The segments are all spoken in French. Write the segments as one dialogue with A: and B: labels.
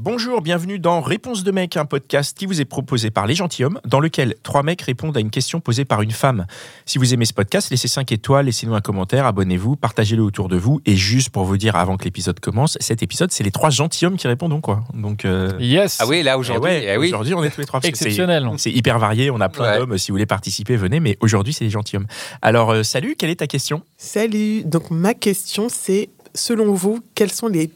A: Bonjour, bienvenue dans Réponse de mec, un podcast qui vous est proposé par Les Gentilhommes, dans lequel trois mecs répondent à une question posée par une femme. Si vous aimez ce podcast, laissez 5 étoiles, laissez-nous un commentaire, abonnez-vous, partagez-le autour de vous. Et juste pour vous dire, avant que l'épisode commence, cet épisode, c'est les trois gentilshommes qui répondent, donc, quoi. Donc, euh,
B: Yes.
C: Ah oui, là
A: eh
C: aujourd'hui.
A: ouais,
C: eh oui.
A: aujourd'hui, on est tous les trois. parce que c'est-
B: Exceptionnel.
A: C'est hyper varié, on a plein
C: Ouais.
A: d'hommes. Si vous voulez participer, venez, mais aujourd'hui, c'est les gentilshommes. Alors, euh, salut, quelle est ta question
D: Salut. Donc ma question c'est, selon vous, quels sont les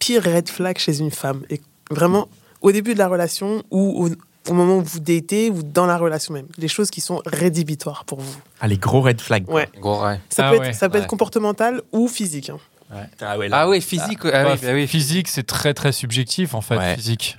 D: pires red flags chez une femme Et vraiment, au début de la relation ou au, au moment où vous datez ou dans la relation même, les choses qui sont rédhibitoires pour vous.
A: Ah, les gros red flags. quoi.
D: Ouais.
C: Gros, ouais.
D: Ça
B: Ah
D: peut, être,
B: ouais,
D: ça peut
C: ouais.
D: être comportemental ou physique. hein.
A: Ah ouais, là.
C: Ah oui, physique. Ah,
B: Bah,
C: oui, bah oui.
B: Physique, c'est très très subjectif en fait.
A: Ouais.
B: Physique.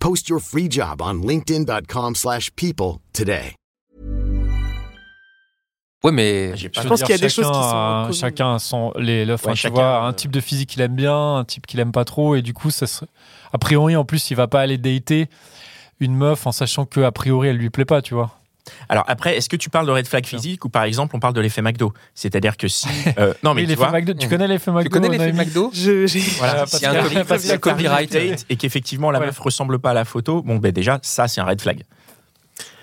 E: Post your free job on linkedin.com/people slash people today.
C: Ouais, mais.
A: J'ai pas
D: Je
B: veux
D: pense
B: dire,
D: qu'il y a des
B: chacun
D: choses qui sont
B: a-
D: communes.
B: Chacun a son les, le- enfin,
A: Ouais,
B: tu
A: chacun,
B: vois, un
A: euh,
B: type de physique qu'il aime bien, un type qu'il aime pas trop, et du coup, ça se- a priori, en plus, il va pas aller dater une meuf en sachant que a priori, elle lui plaît pas, tu vois.
A: Alors après, est-ce que tu parles de red flag physique ou par exemple on parle de l'effet McDo C'est-à-dire que si euh, non mais
B: Oui,
A: tu
B: l'effet
A: vois,
B: McDo, tu
C: Mmh.
B: connais l'effet McDo
C: Tu connais l'effet
B: Noémie
C: McDo
D: Je, j'ai-
B: Voilà,
C: S'il
B: parce
C: y a un
B: que-
C: copy-
B: parce
C: s'il y a
B: que-
C: copyright.
A: date et qu'effectivement la
B: Ouais.
A: meuf ressemble pas à la photo, bon ben déjà ça c'est un red flag.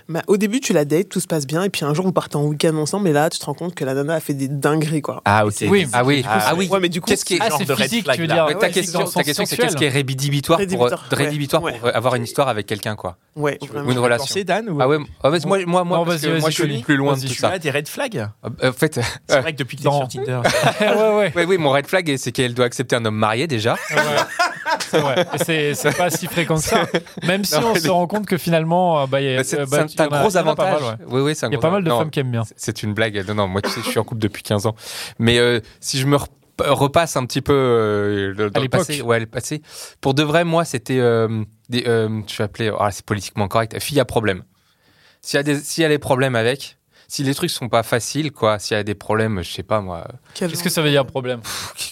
D: Bah, au début, tu la dates, tout se passe bien, et puis un jour, vous partez en week-end ensemble, et là, tu te rends compte que la nana a fait des dingueries, quoi.
A: Ah ok.
B: Oui,
C: Ah oui.
A: Ah,
C: Ah oui.
D: Ouais, mais du coup,
C: Qu'est-ce qui est.
B: Ah,
A: genre
B: c'est
A: de red
B: physique,
A: flag,
B: tu veux
A: là.
B: dire.
C: Ouais,
B: ouais,
C: ta
B: c'est
C: question,
B: dans le
C: ta
B: sens
C: question, c'est
B: sexuel.
C: qu'est-ce qui est rédhibitoire pour, euh,
D: Rédhibitoire, ouais.
C: rédhibitoire pour
D: Ouais.
C: avoir une histoire avec quelqu'un, quoi.
D: Ouais,
C: Tu veux-
D: vraiment.
C: ou une relation.
A: Pensez, Dan ou
C: Ah ouais, ah, vas-y, moi, moi, moi,
B: Non,
C: parce
B: vas-y,
C: que moi
B: vas-y,
C: je suis
B: Julie.
C: plus loin de
B: Vas-y,
C: tout
A: tu
C: ça.
A: as des red flags
C: Euh, En fait,
A: C'est vrai que depuis que t'es sur
B: Non.
A: Tinder,
B: ouais, ouais.
C: oui, oui, mon red flag, c'est qu'elle doit accepter un homme marié déjà.
B: Ouais. C'est vrai. Et c'est- C'est pas si fréquent que ça. Même si
C: Non,
B: on
C: mais-
B: se rend compte que finalement, euh, bah, y a-
C: C'est
B: euh, bah,
C: c'est
B: tu-
C: un
B: y en a-
C: gros
B: y en a pas mal,
C: avantage.
B: ouais.
C: Oui, oui, c'est un
B: Il y a
C: gros
B: pas mal de
C: avantage. Non,
B: femmes qui aiment bien.
C: C'est- C'est une blague. Non, non, moi, tu sais, je suis en couple depuis 15 ans. Mais euh, si je me rep- repasse un petit peu euh, le- dans le
B: l'époque.
C: passé, ouais, le passé, pour de vrai, moi, c'était. euh, des, euh, je vais appeler. ah, c'est politiquement correct. Fille à problème. S'il y, a des- s'il y a des problèmes avec, si les trucs sont pas faciles, quoi, s'il y a des problèmes, je sais pas, moi,
D: Quel
B: Qu'est-ce
D: genre
B: que ça veut dire problème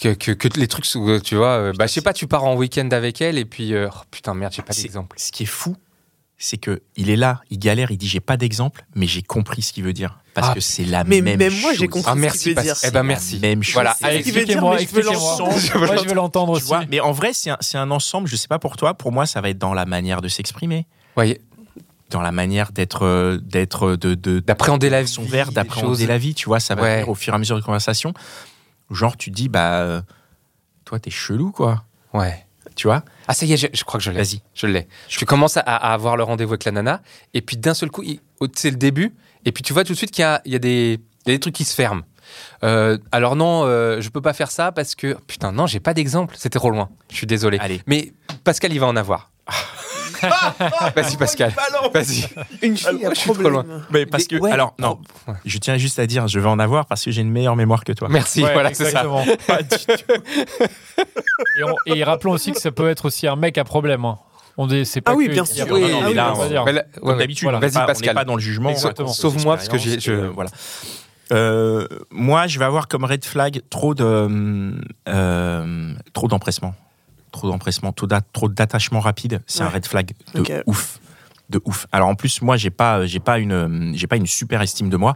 C: que, que, que les trucs, sont- tu vois, euh, bah, je sais pas, tu pars en week-end avec elle et puis. euh, oh, putain, merde, j'ai pas
A: C'est-
C: d'exemple.
A: ce qui est fou, c'est que il est là, il galère, il dit j'ai pas d'exemple, mais j'ai compris ce qu'il veut dire parce
C: Ah,
A: que c'est la
D: mais
A: même
D: même
A: chose.
D: moi, j'ai compris.
C: Ah,
D: ce
C: merci,
D: qu'il veut
C: parce-
D: dire.
C: eh ben, merci.
A: Même chose.
C: Voilà,
A: C'est-
D: allez,
C: Alex,
D: qui veut dire,
B: Expliquez-moi,
D: mais je veux
B: expliquez-moi.
D: l'entendre.
B: Moi, je veux l'entendre
A: tu
B: aussi.
A: vois, mais en vrai, c'est un, c'est un ensemble. Je sais pas pour toi. Pour moi, ça va être dans la manière de s'exprimer,
C: Ouais,
A: dans la manière d'être, euh, d'être, euh, de, de,
C: d'appréhender la vie.
A: son verre,
C: des
A: d'appréhender
C: choses.
A: la vie, tu vois, ça va
C: Ouais.
A: venir au fur et à mesure de conversation. Genre, tu te dis, bah, euh, toi, t'es chelou, quoi.
C: Ouais.
A: Tu vois
C: Ah ça y est, je, je crois que je l'ai.
A: Vas-y.
C: Je l'ai. Tu commences à, à avoir le rendez-vous avec la nana, et puis d'un seul coup, il- au- c'est le début, et puis tu vois tout de suite qu'il y a, il y a des, il y a des trucs qui se ferment. Euh, alors non, euh, je peux pas faire ça parce que... Putain, non, j'ai pas d'exemple, c'était trop loin. Je suis désolé.
A: Allez. Ah,
C: Mais Pascal, il va en avoir. Vas-y Pascal. Vas-y.
D: Une fille
C: Ah, moi,
D: a
C: je suis trop
D: problème.
A: Mais parce que,
C: Ouais.
A: alors, non,
C: Ouais.
A: je tiens juste à dire, je vais en avoir parce que j'ai une meilleure mémoire que toi.
C: Merci,
B: Ouais,
C: voilà, c'est ça.
B: exactement. et, on- et rappelons aussi que ça peut être aussi un mec à problème. hein. On dit- c'est pas
D: Ah oui,
B: que-
D: bien sûr.
C: Oui,
B: on va
C: mais
A: là, on-
B: dire.
C: Mais là- ouais,
A: Comme
C: ouais.
A: d'habitude,
B: voilà.
A: on n'est
C: Vas-y,
A: pas, on n'est
C: Pascal.
A: pas dans le jugement. hein. on
C: Exactement.
A: raconte nos
C: Sauve-moi, parce que j'ai-
A: expériences,
C: je-
A: euh, voilà. Euh, moi, je vais avoir comme red flag trop de hum, euh, trop d'empressement, trop d'empressement, trop d'a- trop d'attachement rapide. C'est un
D: Ouais.
A: red flag de
D: Ok.
A: ouf, de ouf. Alors en plus, moi, j'ai pas euh, j'ai pas une euh, j'ai pas une super estime de moi.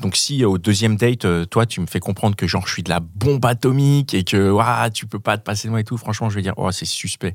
A: Donc si euh, au deuxième date, euh, toi, tu me fais comprendre que genre je suis de la bombe atomique et que ouah, tu peux pas te passer de moi et tout, franchement, je vais dire oh c'est suspect.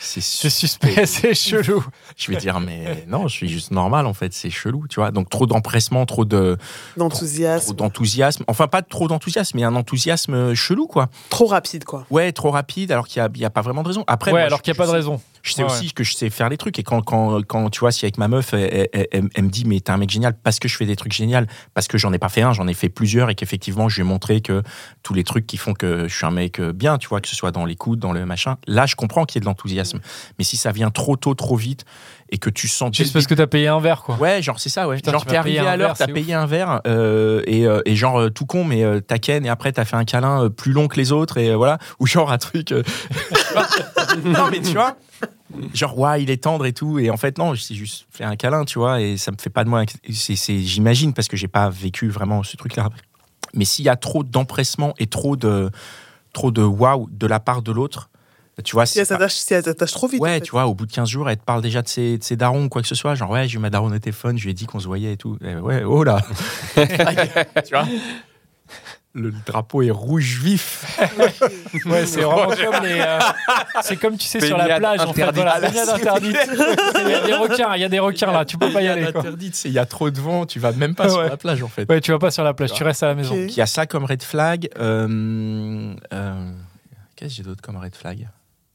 A: C'est
B: C'est suspect, c'est chelou.
A: je vais dire, mais non, je suis juste normal en fait, c'est chelou, tu vois. Donc trop d'empressement, trop de trop
D: D'enthousiasme. Trop,
A: d'enthousiasme. Enfin, pas trop d'enthousiasme, mais un enthousiasme euh, chelou, quoi.
D: rapide, quoi.
A: Ouais, trop rapide, alors qu'il n'y a, pas vraiment de raison. Après,
B: Ouais,
A: moi,
B: alors
A: je-
B: qu'il n'y a
A: je
B: pas de
A: sais-
B: raison.
A: Je sais
B: Ouais,
A: aussi que je sais faire les trucs. Et quand, quand, quand tu vois, si avec ma meuf, elle, elle- elle- elle me dit, mais t'es un mec génial parce que je fais des trucs géniaux, parce que j'en ai pas fait un, j'en ai fait plusieurs, et qu'effectivement, je lui ai montré que tous les trucs qui font que je suis un mec euh, bien, tu vois, que ce soit dans l'écoute, dans le machin, là, je comprends qu'il y ait de l'enthousiasme. Mais si ça vient trop tôt, trop vite, et que tu sens dès le
B: Juste parce que t'as payé un verre, quoi.
A: Ouais, genre c'est ça, ouais.
B: Putain,
A: genre
B: tu
A: t'es
B: m'as
A: arrivé
B: payé un
A: à l'heure,
B: verre,
A: t'as
B: c'est
A: payé un verre, euh, et, euh, et genre euh, tout con, mais euh, t'as ken et après t'as fait un câlin euh, plus long que les autres, et euh, voilà. Ou genre un truc. euh, non, mais tu vois. genre ouais il est tendre et tout et en fait non c'est juste fait un câlin tu vois et ça me fait pas de moi c'est, c'est- j'imagine parce que j'ai pas vécu vraiment ce truc là mais s'il y a trop d'empressement et trop de trop de waouh de la part de l'autre tu vois
D: Si
A: c'est
D: elle
A: pas-
D: s'attache si elle s'attache trop vite.
A: ouais
D: en fait.
A: tu vois au bout de 15 jours elle te parle déjà de ses, de ses darons ou quoi que ce soit genre ouais j'ai eu ma daronne au téléphone je lui ai dit qu'on se voyait et tout Eh ben ouais oh là tu vois le drapeau est rouge vif
B: Ouais, c'est vraiment comme les. euh, c'est comme tu sais sur la
C: Baignade
B: plage, en fait,
C: interdite.
B: voilà, baignade interdite. Il y a des requins, il y a des requins là, tu peux pas y aller. quoi.
A: interdit c'est- il y a trop de vent tu vas même pas sur
B: Ouais.
A: la plage en fait
B: Ouais, tu vas pas sur la plage, tu restes à la maison.
D: Ok.
A: Donc, il y a ça comme red flag. Euh, euh, Qu'est-ce que j'ai d'autre comme red flag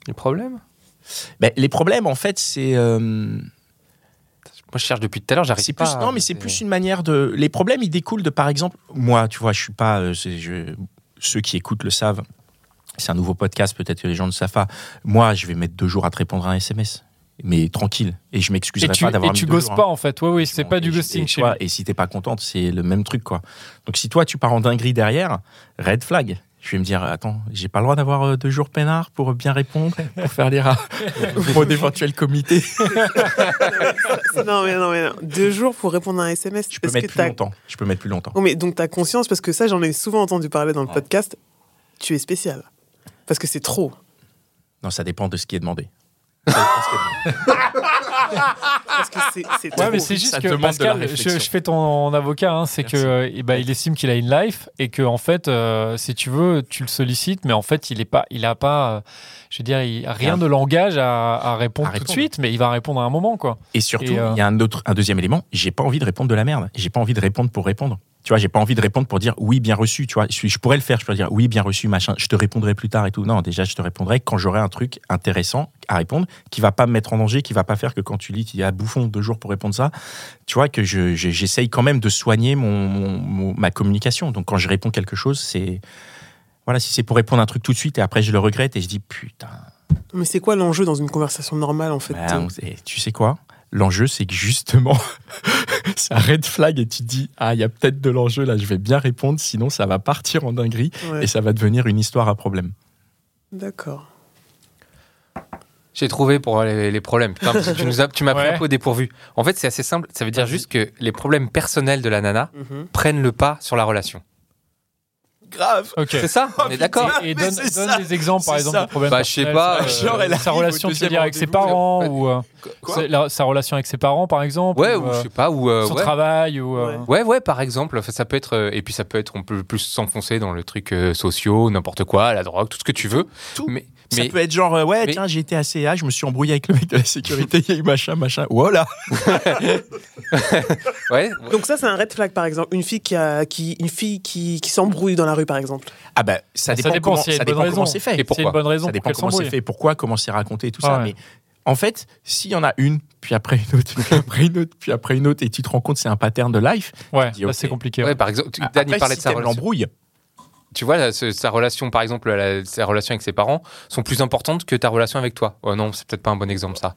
C: Le problème
A: Ben, Les problèmes, en fait, c'est. euh,
C: Moi, je cherche depuis tout à l'heure, j'arrive
A: c'est
C: pas.
A: plus, non, mais c'est plus une manière de. Les problèmes, ils découlent de, par exemple, moi, tu vois, je suis pas. euh, c'est- je- ceux qui écoutent le savent. C'est un nouveau podcast, peut-être que les gens ne savent pas. Moi, je vais mettre deux jours à te répondre à un SMS. Mais tranquille. Et je
B: Et
A: m'excuserai
B: tu,
A: pas d'avoir
B: et
A: mis
B: tu
A: deux
B: gosses
A: jours, hein.
B: pas en fait, ouais, oui, c'est
A: Bon,
B: pas du
A: et je-
B: ghosting
A: et
B: chez
A: toi,
B: lui.
A: Et si t'es pas contente, c'est le même truc, quoi. Donc si toi, tu pars en dinguerie derrière, red flag. Je vais me dire, attends, j'ai pas le droit d'avoir euh, deux jours peinard pour euh, bien répondre, pour faire lire à mon éventuel comité.
D: Non, mais non, mais non. Deux jours pour répondre à un SMS.
A: Je peux
D: parce
A: mettre
D: que
A: plus
D: t'as-
A: longtemps. Je peux mettre plus longtemps.
D: Oh, mais donc t'as conscience, parce que ça, j'en ai souvent entendu parler dans le
A: Ouais.
D: podcast. Tu es spécial. Parce que c'est trop.
A: Non, ça dépend de ce qui est demandé.
D: Parce que c'est c'est trop.
B: Ouais, mais c'est juste
A: Ça
B: que
A: demande de la
B: Pascal, je,
A: réflexion.
B: je fais ton avocat, hein, c'est que
A: Merci.
B: euh, eh ben, il estime qu'il a une life et que en fait, euh, si tu veux, tu le sollicites, mais en fait, il est pas, il a pas, euh, je veux dire, il- rien
A: Rien.
B: de langage à, à répondre
A: À
B: tout de
A: répondre.
B: suite, mais il va répondre à un moment, quoi.
A: Et surtout,
B: Et,
A: il
B: euh,
A: y a un, autre, un deuxième élément. J'ai pas envie de répondre de la merde. J'ai pas envie de répondre pour répondre. Tu vois, j'ai pas envie de répondre pour dire oui, bien reçu. Tu vois, je, suis- je pourrais le faire. Je pourrais dire oui, bien reçu, machin. Je te répondrai plus tard et tout. Non, déjà, je te répondrai quand j'aurai un truc intéressant à répondre qui va pas me mettre en danger, qui va pas faire que quand tu lis, il y a bouffon deux jours pour répondre ça. Tu vois, que je- je- j'essaye quand même de soigner mon, mon- mon- ma communication. Donc, quand je réponds quelque chose, c'est. Voilà, si c'est pour répondre à un truc tout de suite et après je le regrette et je dis putain,
D: Mais c'est quoi l'enjeu dans une conversation normale, en fait
A: bah, on- eh, tu sais quoi L'enjeu, c'est que justement, c'est un red flag et tu te dis Ah, il y a peut-être de l'enjeu là, je vais bien répondre, sinon ça va partir en dinguerie
D: Ouais,
A: et ça va devenir une histoire à problème.
D: D'accord.
C: J'ai trouvé pour les, les problèmes. Putain, parce que tu nous as- tu m'as pris
B: Ouais.
C: un peu au dépourvu. En fait, c'est assez simple. Ça veut dire juste que les problèmes personnels de la nana
D: Mhm.
C: prennent le pas sur la relation.
A: Grave
B: Ok.
C: C'est ça On est d'accord
B: Et, et
A: mais
B: donne,
A: c'est
B: donne
A: ça.
B: des exemples, par
A: C'est
B: exemple,
A: ça.
B: de problèmes.
C: Bah, je sais
B: personnels,
C: pas,
B: sa-
A: genre, elle
B: sa
A: arrive au
B: relation, tu veux
A: deuxième
B: dire, avec ses
A: rendez-vous,
B: parents ou euh,
C: Quoi
B: c'est la- sa relation avec ses parents, par exemple.
C: Ouais,
B: ou,
C: ou
B: euh,
C: je sais pas, ou. euh,
B: son
C: ouais.
B: travail ou. euh,
D: Ouais.
C: Ouais, ouais, par exemple, Enfin, ça peut être, euh, et puis ça peut être, on peut plus s'enfoncer dans le truc euh, sociaux, n'importe quoi, la drogue, tout ce que tu veux.
A: Tout.
C: Mais,
A: Ça
C: mais
A: peut être genre, euh, ouais,
C: mais-
A: tiens, j'ai été à CA, je me suis embrouillé avec le mec de la sécurité, il y a eu machin, machin. Oh Voilà
C: ouais,
D: Donc ça, c'est un red flag, par exemple. Une fille qui, a, qui, une fille qui, qui s'embrouille dans la rue, par exemple.
A: Ah ben, ça dépend,
B: dépend
A: comment,
B: s'il y a
A: ça
B: une bonne
A: dépend comment
B: raison.
A: c'est fait.
C: Et
B: C'est
C: pourquoi
B: une bonne raison
A: ça
B: pour
A: dépend
B: qu'elle
A: comment c'est
B: s'embrouille.
A: fait, pourquoi, comment c'est raconté et tout
B: Ah
A: ça.
B: ouais.
A: Mais en fait, s'il y en a une, puis après une autre, puis après une autre, puis après une autre, et tu te rends compte c'est un pattern de life,
B: Ouais,
A: dis,
B: là,
A: ok.
B: c'est compliqué.
C: ouais,
B: ouais.
C: par exemple, tu- Dan,
A: après,
C: il parlait
A: si
C: de sa
A: t'aimes
C: relation.
A: l'embrouille,
C: Tu vois, là, ce- sa relation, par exemple, la- sa relation avec ses parents sont plus importantes que ta relation avec toi. Oh non, c'est peut-être pas un bon exemple, ça.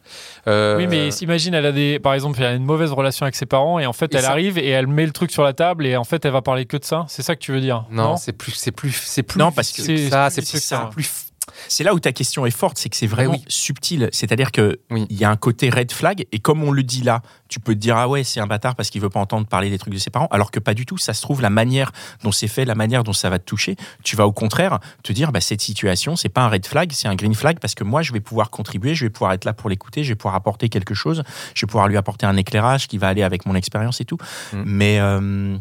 C: Euh,
B: Oui, mais imagine, elle a des, par exemple, elle a une mauvaise relation avec ses parents et en fait,
C: Et
B: elle
C: ça-
B: arrive et elle met le truc sur la table et en fait, elle va parler que de ça. C'est ça que tu veux dire
C: Non, c'est plus, c'est plus, c'est plus.
A: Non, parce que
C: vicieux ça, c'est
B: c'est
C: plus
B: plus
C: ça.
B: ça.
C: Plus... f-
A: C'est là où ta question est forte, c'est que c'est vraiment
C: oui.
A: subtil. C'est-à-dire que
C: Oui.
A: il y a un côté red flag et comme on le dit là, tu peux te dire ah ouais c'est un bâtard parce qu'il veut pas entendre parler des trucs de ses parents, alors que pas du tout. Ça se trouve la manière dont c'est fait, la manière dont ça va te toucher, tu vas au contraire te dire bah cette situation c'est pas un red flag, c'est un green flag parce que moi je vais pouvoir contribuer, je vais pouvoir être là pour l'écouter, je vais pouvoir apporter quelque chose, je vais pouvoir lui apporter un éclairage qui va aller avec mon expérience et tout.
C: Mm.
A: Mais euh,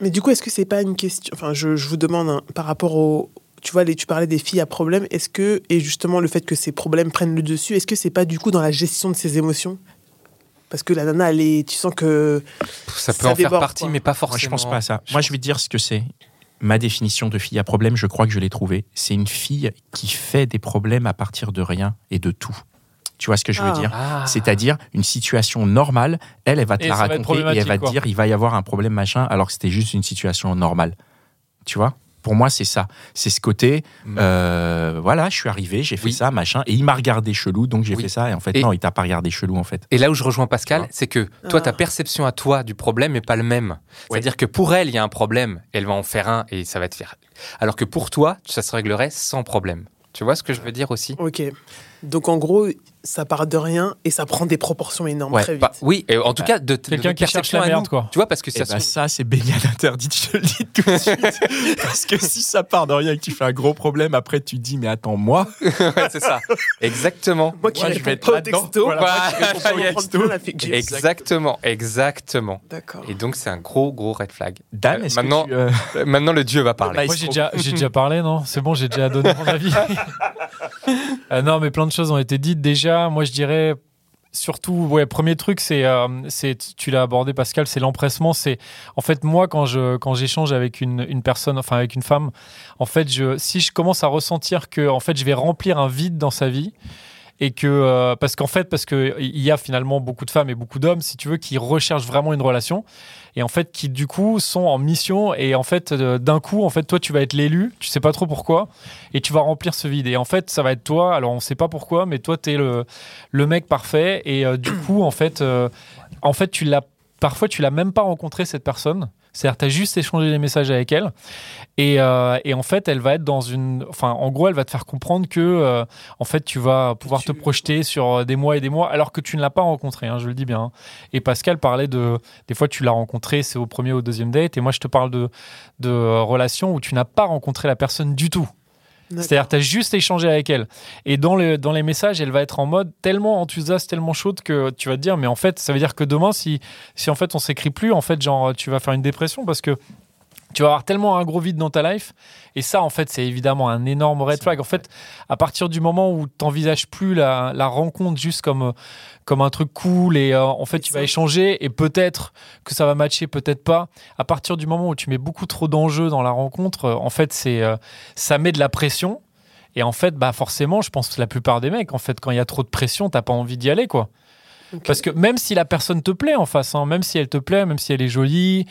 D: Mais du coup, est-ce que c'est pas une question Enfin, je, je vous demande hein, par rapport au. Tu vois, les, tu parlais des filles à problème. Est-ce que et justement le fait que ces problèmes prennent le dessus, est-ce que c'est pas du coup dans la gestion de ses émotions Parce que la nana, elle est. Tu sens que.
C: Ça peut
D: Ça
C: en faire
D: déborde,
C: partie,
D: quoi.
C: mais pas
A: Moi,
C: forcément.
A: je pense pas à ça. Moi, je vais te dire ce que c'est. Ma définition de fille à problème, je crois que je l'ai trouvée. C'est une fille qui fait des problèmes à partir de rien et de tout. Tu vois ce que je veux
D: Ah.
A: dire
C: Ah.
A: C'est-à-dire une situation normale, elle, elle va te
B: Et
A: la
B: ça va être
A: raconter et elle va te
B: problématique, quoi.
A: dire il va y avoir un problème machin, alors que c'était juste une situation normale. Tu vois Pour moi, c'est ça. C'est ce côté,
C: Mm.
A: euh, voilà, je suis arrivé, j'ai fait
C: Oui.
A: ça, machin, et il m'a regardé chelou, donc j'ai
C: Oui.
A: fait ça. Et en fait,
C: Et-
A: non, il t'a pas regardé chelou, en fait.
C: Et là où je rejoins Pascal,
A: Ah.
C: c'est que toi, ta
D: Ah.
C: perception à toi du problème n'est pas le même. C'est-à-dire que pour elle, il y a un problème, elle va en faire un et ça va te faire. Alors que pour toi, ça se réglerait sans problème. Tu vois ce que je veux dire aussi
D: Ok. Donc en gros, ça part de rien et ça prend des proportions énormes
A: Ouais,
D: très vite.
C: Bah, oui, et en tout cas, de, de
B: Quelqu'un
C: notre
B: qui cherche
C: perception
B: la
C: à
B: merde,
C: nous.
B: quoi.
C: Tu vois, parce que
A: Eh
C: ça
A: ben, Ça,
C: se-
A: c'est baignade interdite, je le dis tout de suite. Parce que si ça part de rien et que tu fais un gros problème, après tu te dis, mais attends, moi,
C: Ouais, c'est ça. Exactement.
D: moi qui
A: moi, je
D: réponds
A: vais être
D: pas au
A: là-dedans.
D: texto,
A: Voilà,
D: bah,
C: je
D: je vais
C: réponds pas au
D: prendre
A: texto.
D: plein la figure.
C: Exactement, exactement.
D: D'accord.
C: Et donc, c'est un gros, gros red flag.
A: Dan,
C: Euh,
A: est-ce
C: maintenant-
A: que tu, euh,
C: Euh, Maintenant, le dieu va parler.
A: Bah,
B: Moi,
A: il se
B: j'ai
A: trouve-
B: déjà, j'ai déjà parlé, non C'est bon, j'ai déjà donné mon avis. Euh, non, mais plein de choses ont été dites déjà. Moi, je dirais surtout, ouais, premier truc, c'est, euh, c'est tu l'as abordé, Pascal, c'est l'empressement. C'est en fait moi quand je quand j'échange avec une, une personne, enfin avec une femme, en fait, je si je commence à ressentir que en fait je vais remplir un vide dans sa vie. Et que, euh, parce qu'en fait, parce qu'il y a finalement beaucoup de femmes et beaucoup d'hommes, si tu veux, qui recherchent vraiment une relation et en fait qui du coup sont en mission et en fait euh, d'un coup en fait toi tu vas être l'élu tu sais pas trop pourquoi et tu vas remplir ce vide et en fait ça va être toi alors on sait pas pourquoi mais toi tu es le, le mec parfait et euh, du coup en fait euh, en fait tu l'as parfois tu l'as même pas rencontré cette personne c'est-à-dire, tu as juste échangé des messages avec elle. Et, euh, et en fait, elle va être dans une. Enfin, en gros, elle va te faire comprendre que, euh, en fait, tu vas pouvoir te projeter sur des mois et des mois, alors que tu ne l'as pas rencontré, hein, je le dis bien. Et Pascal parlait de. Des fois, tu l'as rencontré, c'est au premier ou au deuxième date. Et moi, je te parle de, de euh, relations où tu n'as pas rencontré la personne du tout. C'est-à-dire, tu as juste échangé avec elle. Et dans, le, dans les messages, elle va être en mode tellement enthousiaste, tellement chaude que tu vas te dire, mais en fait, ça veut dire que demain, si, si en fait on s'écrit plus, en fait, genre, tu vas faire une dépression parce que tu vas avoir tellement un gros vide dans ta life. Et ça, en fait, c'est évidemment un énorme red flag. En fait, à partir du moment où tu n'envisages plus la, la rencontre juste comme, euh, comme un truc cool et euh, en fait, tu vas échanger et peut-être que ça va matcher, peut-être pas. À partir du moment où tu mets beaucoup trop d'enjeux dans la rencontre, euh, en fait, c'est euh, ça met de la pression. Et en fait, bah forcément, je pense que la plupart des mecs, en fait, quand il y a trop de pression, t'as pas envie d'y aller, quoi. Parce que même si la personne te plaît en face, hein, même si elle te plaît, même si elle est jolie,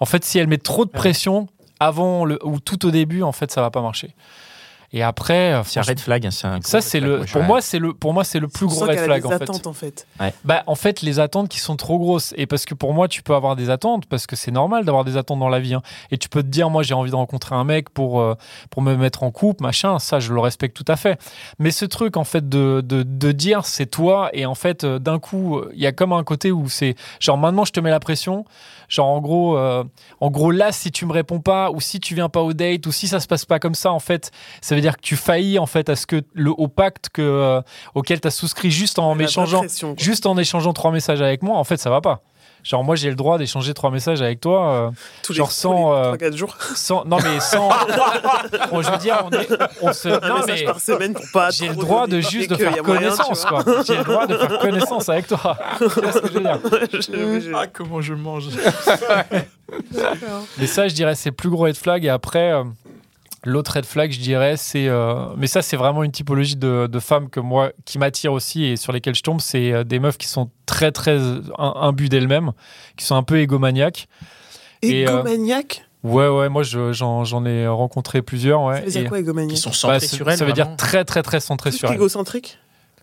B: en fait, si elle met trop de pression avant le, ou tout au début, en fait, ça va pas marcher. Et après, euh,
A: c'est un red flag. hein, c'est un gros
B: ça
A: red
B: c'est
A: flag,
B: le, pour
A: je-
B: moi, c'est le, pour moi, c'est le plus
D: Tu
B: gros
D: sens
B: red
D: qu'elle a
B: flag
D: des
B: en fait.
D: attentes en fait.
B: Bah, en fait, les attentes qui sont trop grosses. Et parce que pour moi, tu peux avoir des attentes, parce que c'est normal d'avoir des attentes dans la vie. hein. Et tu peux te dire, moi, j'ai envie de rencontrer un mec pour, euh, pour me mettre en couple, machin. Ça, je le respecte tout à fait. Mais ce truc, en fait, de, de, de dire, c'est toi. Et en fait, euh, d'un coup, il y a comme un côté où c'est genre, maintenant, je te mets la pression. Genre, en gros, euh, en gros, là, si tu me réponds pas, ou si tu viens pas au date, ou si ça se passe pas comme ça, en fait, ça veut dire que tu faillis, en fait, à ce que le, au pacte que, euh, auquel tu as souscrit juste en
D: Elle a pas de
B: m'échangeant
D: pression, quoi.
B: juste en échangeant trois messages avec moi, en fait, ça va pas. Genre, moi, j'ai le droit d'échanger trois messages avec toi. euh,
D: Tous
B: genre sans, euh,
D: 3-4 jours,
B: sans. Non, mais sans. Bon, je veux dire, on, est- on se.
D: un
B: Non,
D: message
B: mais
D: par semaine pour pas.
B: j'ai le
D: trop
B: droit de
D: donner
B: juste de
D: et qu'il y a
B: faire
D: moyen, tu
B: connaissance,
D: vois.
B: quoi. J'ai le droit de faire connaissance avec toi. Tu vois ce que je veux dire
D: J'ai- oui, j'ai-
A: Ah, comment je mange
B: Mais ça, je dirais, c'est le plus gros red flag. Et après, euh, l'autre red flag, je dirais, c'est. euh, mais ça, c'est vraiment une typologie de, de femmes que moi, qui m'attire aussi et sur lesquelles je tombe. C'est euh, des meufs qui sont très, très euh, im- imbues d'elles-mêmes, qui sont un peu égomaniaques. Et, euh,
D: Égomaniaque
B: Ouais, ouais, moi, je- j'en j'en ai rencontré plusieurs. Ouais,
D: Ça veut
B: Et-
D: dire quoi,
A: Ils
D: égomaniaque
A: sont
B: bah,
A: centrés
B: c'est-
A: sur elle.
B: ça veut dire
A: vraiment.
B: très, très, très centré
D: Truc
B: sur elle.
D: égocentrique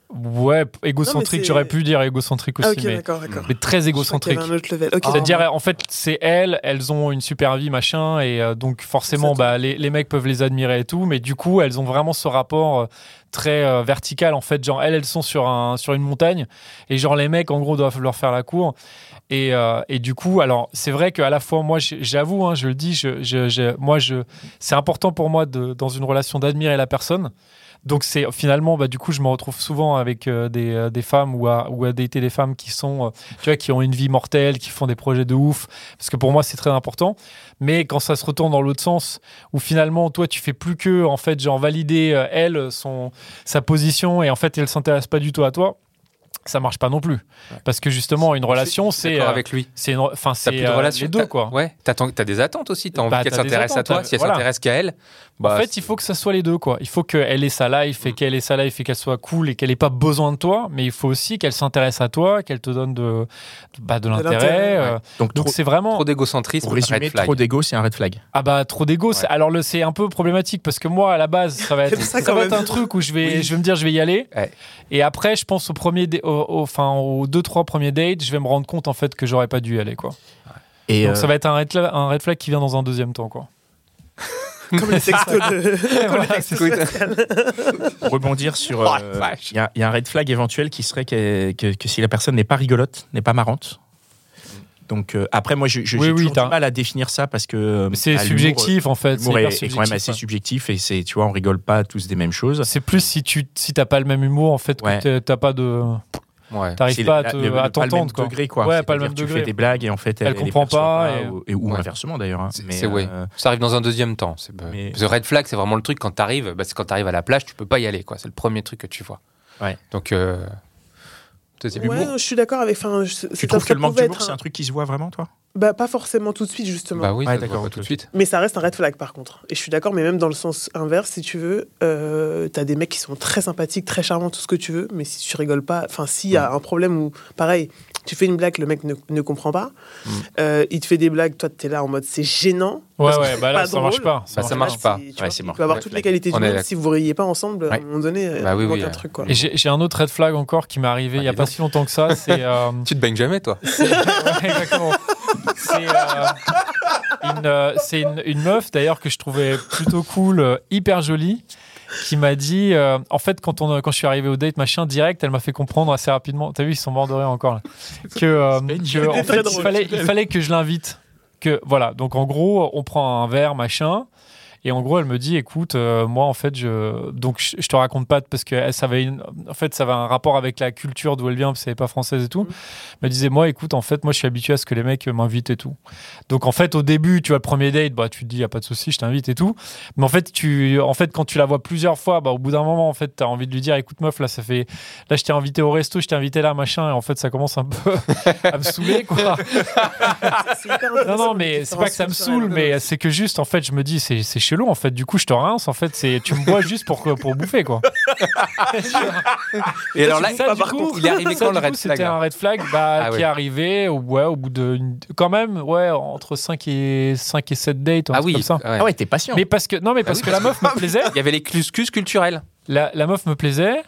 B: Ouais, p-
D: Non,
B: égocentrique,
D: mais c'est-
B: j'aurais pu dire égocentrique aussi,
D: Ah, ok,
B: mais,
D: d'accord, d'accord.
B: mais très
D: Je crois qu'il
B: égocentrique.
D: y avait un autre level. Ok.
B: C'est-à-dire, en fait, c'est elles, elles ont une super vie, machin, et euh, donc forcément,
D: Ça,
B: bah, les, les mecs peuvent les admirer et tout, mais du coup, elles ont vraiment ce rapport euh, très euh, vertical, en fait. Genre, elles, elles sont sur, un, sur une montagne, et genre, les mecs, en gros, doivent leur faire la cour. Et, euh, et du coup, alors, c'est vrai qu'à la fois, moi, j- j'avoue, hein, je le dis, je, je- je- moi, je, c'est important pour moi, de, dans une relation, d'admirer la personne. Donc c'est finalement bah du coup je me retrouve souvent avec euh, des, euh, des femmes ou à ou à dater des femmes qui sont euh, tu vois qui ont une vie mortelle, qui font des projets de ouf parce que pour moi c'est très important. Mais quand ça se retourne dans l'autre sens où finalement toi tu fais plus que en fait genre valider euh, elle son sa position et en fait elle s'intéresse pas du tout à toi, ça marche pas non plus parce que justement une relation
C: Je suis
B: c'est
C: d'accord
B: euh,
C: avec lui.
B: c'est une- enfin
C: T'as
B: c'est
C: plus de
B: euh,
C: relation.
B: les deux
C: t'as-
B: quoi.
C: Ouais, t'as ton- t'as des attentes aussi. T'as envie
B: Bah,
C: qu'elle
B: t'as des
C: s'intéresse à
B: attentes,
C: toi.
B: t'as-
C: Si elle
B: voilà.
C: s'intéresse qu'à elle, bah, Mm.
B: en fait, il faut que ça soit les deux, quoi. Il faut qu'elle ait sa life et qu'elle ait sa life et qu'elle soit cool et qu'elle ait pas besoin de toi, mais il faut aussi qu'elle s'intéresse à toi, qu'elle te donne de, de- bah, de l'intérêt.
D: l'intérêt,
B: euh,
A: Donc,
B: Donc
A: trop-
B: c'est vraiment
C: trop d'égocentrisme,
A: pour résumer,
C: red flag.
A: trop d'ego, c'est un red flag.
B: ah bah trop d'ego. c'est- Alors le c'est un peu problématique parce que moi à la base ça va être
D: Ça,
B: ça,
D: quand
B: va être
D: même.
B: un truc où je vais je vais me dire je vais y aller
C: Ouais.
B: et après je pense au premier dé- au, au- enfin aux deux trois premiers dates je vais me rendre compte en fait que j'aurais pas dû y aller quoi.
A: Et
B: Donc
A: euh, Ah,
B: ça va être un red, fla- un red flag qui vient dans un deuxième temps quoi.
D: Comme les textos de. comme les textos
C: Écoute,
D: spéciales.
A: rebondir sur.
C: Oh, la
A: euh,
C: vache.
A: Il y, a- il y a un red flag éventuel qui serait que, que- que si la personne n'est pas rigolote, n'est pas marrante. Donc euh, après, moi, je- je- j'ai
B: Oui, oui,
A: toujours
B: t'as-
A: du mal à définir ça parce que euh,
B: C'est
A: bah, l'humour,
B: subjectif en fait.
A: euh, L'humour est,
B: C'est
A: est quand
B: hyper
A: même
B: subjectif,
A: assez
B: ouais.
A: subjectif et c'est, tu vois, on rigole pas tous des mêmes choses.
B: C'est plus si tu si t'as pas le même humour en fait
A: Ouais.
B: que t'es- t'as pas de
C: Ouais.
A: C'est
B: t'arrives pas à
A: la-
B: te-
A: le- le-
B: à
A: pas le même
B: t'entendre quoi.
A: degré, quoi.
B: Ouais, pas le
A: C'est-à-dire
B: même
A: que Tu
B: degré.
A: fais des blagues et en fait, les
B: Elle comprend
A: perçoit
B: pas et-
A: ou, et- ou
C: Ouais.
A: inversement d'ailleurs. hein.
C: C'est-
A: Mais,
C: C'est ouais.
A: euh,
C: Ça arrive dans un deuxième temps. C'est pas-
A: mais-
C: Parce que red flag, c'est vraiment le truc quand t'arrives. Bah, c'est quand t'arrives à la plage, tu peux pas y aller. quoi. C'est le premier truc que tu vois.
A: Ouais.
C: Donc, euh... deuxième
D: Ouais, non, je suis d'accord avec. Enfin, je-
A: tu
D: c'est-
A: trouves
D: ça
A: que le manque
D: pouvait
A: d'humour,
D: être
A: c'est un truc qui se voit vraiment, toi
D: Bah, pas forcément tout de suite, justement.
C: Bah oui,
A: Ouais,
C: ça se voit
A: d'accord,
C: pas
A: ok,
C: tout de
A: ok.
C: suite.
D: Mais ça reste un red flag par contre. Et je suis d'accord, mais même dans le sens inverse, si tu veux, euh, t'as des mecs qui sont très sympathiques, très charmants, tout ce que tu veux, mais si tu rigoles pas, enfin s'il y a un problème où, pareil, tu fais une blague, le mec ne, ne comprend pas, euh, il te fait des blagues, toi t'es là en mode c'est gênant.
B: Ouais
D: Parce que
B: ouais,
D: c'est
B: bah là
D: pas
B: ça marche
D: drôle.
B: pas.
C: Bah, ça marche pas.
D: c'est- tu
A: Ouais,
D: vois,
A: c'est
D: il
A: mort.
D: peut avoir
A: Ouais,
D: toutes
A: la-
D: les qualités du
C: on est
D: monde.
C: d'accord.
D: Si vous riez pas ensemble, à
C: Ouais.
D: un moment donné, euh,
C: Bah oui,
D: il manque
C: oui,
D: un
C: euh,
D: truc quoi.
B: Et j'ai j'ai un autre red flag encore qui m'est arrivé
A: Bah,
B: il y a
C: dis
B: pas
C: donc.
B: si longtemps que ça. C'est euh,
C: Tu te baignes jamais, toi
B: C'est ouais, exactement. C'est, euh, une, euh, c'est une, une meuf d'ailleurs que je trouvais plutôt cool, euh, hyper jolie, qui m'a dit, euh, en fait, quand, on, quand je suis arrivé au date machin direct, elle m'a fait comprendre assez rapidement. T'as vu, ils sont morts de rire encore là. Que, euh, que, en
D: C'était
B: fait,
D: très
B: il
D: drôle.
B: fallait, il fallait que je l'invite. Que voilà. Donc en gros, on prend un verre machin. Et en gros, elle me dit, écoute, euh, moi, en fait, je, donc, je, je te raconte pas parce que elle, ça avait une- en fait, ça avait un rapport avec la culture d'où elle vient, parce qu'elle n'est pas française et tout. Elle me disait, moi, écoute, en fait, moi, je suis habitué à ce que les mecs euh, m'invitent et tout. Donc, en fait, au début, tu vois, le premier date, bah, tu te dis, y a pas de souci, je t'invite et tout. Mais en fait, tu, en fait, quand tu la vois plusieurs fois, bah, au bout d'un moment, en fait, t'as envie de lui dire, écoute, meuf, là, ça fait, là, je t'ai invité au resto, je t'ai invité là, machin. Et en fait, ça commence un peu à me saouler, quoi.
D: C'est hyper
B: Non,
D: intéressant,
B: non, mais
D: les
B: c'est pas que ça me
D: différences
B: saoule,
D: culturelles.
B: mais c'est que juste, en fait, je me dis, c'est c'est chelou, en fait, du coup, je te rince, en fait, c'est tu me bois juste pour, pour bouffer, quoi.
C: Et alors là,
B: Ça, du coup,
C: il est arrivé
B: ça,
C: quand
B: du
C: le red
B: coup,
C: flag
B: C'était
C: là
B: un red flag bah,
C: Ah
B: qui
C: ouais.
B: est arrivé au- ouais, au bout de. une- Quand même, ouais, entre 5 et, 5 et 7 dates, un
C: Ah
B: truc
C: oui,
B: comme ça.
C: ah ouais.
A: Ah ouais, t'es patient.
B: Mais parce que, non, mais parce
C: oui,
B: que
C: parce
B: la meuf me plaisait.
C: il y avait les cluscus culturels.
B: La, la meuf me plaisait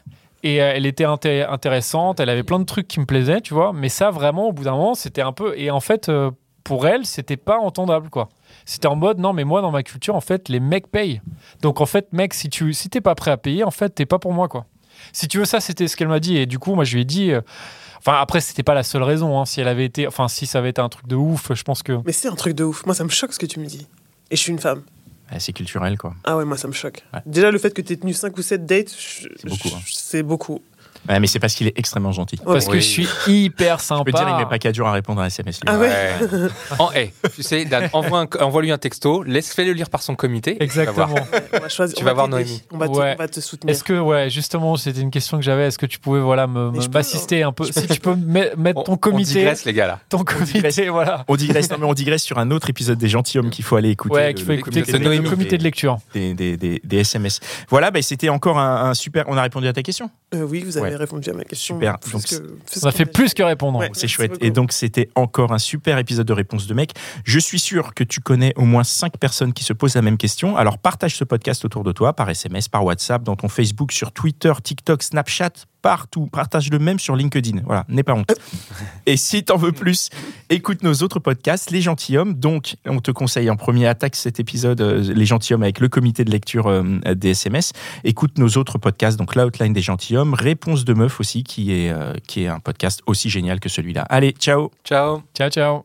B: et euh, elle était inté- intéressante, elle avait plein de trucs qui me plaisaient, tu vois. Mais ça, vraiment, au bout d'un moment, c'était un peu. Et en fait, euh, pour elle, c'était pas entendable, quoi. C'était en mode, non, mais moi, dans ma culture, en fait, les mecs payent. Donc, en fait, mec, si tu si t'es pas prêt à payer, en fait, t'es pas pour moi, quoi. Si tu veux, ça, c'était ce qu'elle m'a dit. Et du coup, moi, je lui ai dit. euh, Enfin, après, c'était pas la seule raison. hein. Si elle avait été. Enfin, si ça avait été un truc de ouf, je pense que.
D: Mais c'est un truc de ouf. Moi, ça me choque ce que tu me dis. Et je suis une femme.
A: Ouais, c'est culturel, quoi.
D: Ah ouais, moi ça me choque.
A: Ouais.
D: Déjà, le fait que tu aies tenu 5 ou 7 dates, je-
A: C'est beaucoup, hein.
D: je- C'est beaucoup.
A: Ouais, mais c'est parce qu'il est extrêmement gentil.
D: Ouais.
B: Parce que
C: Oui.
B: je suis hyper sympa.
A: Je peux dire, il met pas qu'à dur à répondre à un SMS. lui.
D: Ah ouais,
C: en, hey, tu sais, Dan, envoie, un- envoie-lui un texto, laisse-le lire par son comité. et tu vas voir.
B: Exactement.
D: On va choisir-
C: Tu
D: on
C: vas
D: va
C: voir
D: t'aider.
C: Noémie.
D: On va, te,
B: Ouais.
D: on va te soutenir.
B: Est-ce que, ouais, justement, c'était une question que j'avais. Est-ce que tu pouvais, voilà, me-
D: Mais je
B: me-
D: peux-
B: m'assister un peu Si tu peux me-
C: On-
B: mettre ton
C: On
B: comité.
C: digresse, les gars, là.
B: Ton comité, voilà.
A: On digresse, non, mais on digresse sur un autre épisode des gentilshommes qu'il faut aller écouter.
B: Ouais, qu'il faut
A: Le-
B: écouter.
C: comité
B: c'est
C: de
B: le
C: Noémie.
B: comité de lecture.
A: des, des, des- des SMS. Voilà, bah, c'était encore un, un super. On a répondu à ta question.
D: Euh, oui, vous avez
A: Ouais.
D: répondu à ma question.
A: Super.
D: Parce
A: Donc,
D: que- parce
B: On a
D: que-
B: fait plus que répondre.
D: Ouais.
A: C'est
D: Merci
A: chouette.
D: beaucoup.
A: Et donc, c'était encore un super épisode de Réponse de mec. Je suis sûr que tu connais au moins 5 personnes qui se posent la même question. Alors, partage ce podcast autour de toi, par SMS, par WhatsApp, dans ton Facebook, sur Twitter, TikTok, Snapchat, partout. Partage-le même sur LinkedIn. Voilà, n'aie pas honte. Et si t'en veux plus, écoute nos autres podcasts, Les Gentilhommes. Donc, on te conseille en premier attaque cet épisode, euh, Les Gentilhommes, avec le comité de lecture euh, des SMS. Écoute nos autres podcasts, donc l'Outline des Gentilhommes, Réponse de Meuf aussi, qui est, euh, qui est un podcast aussi génial que celui-là. Allez, ciao
C: Ciao.
B: Ciao, ciao.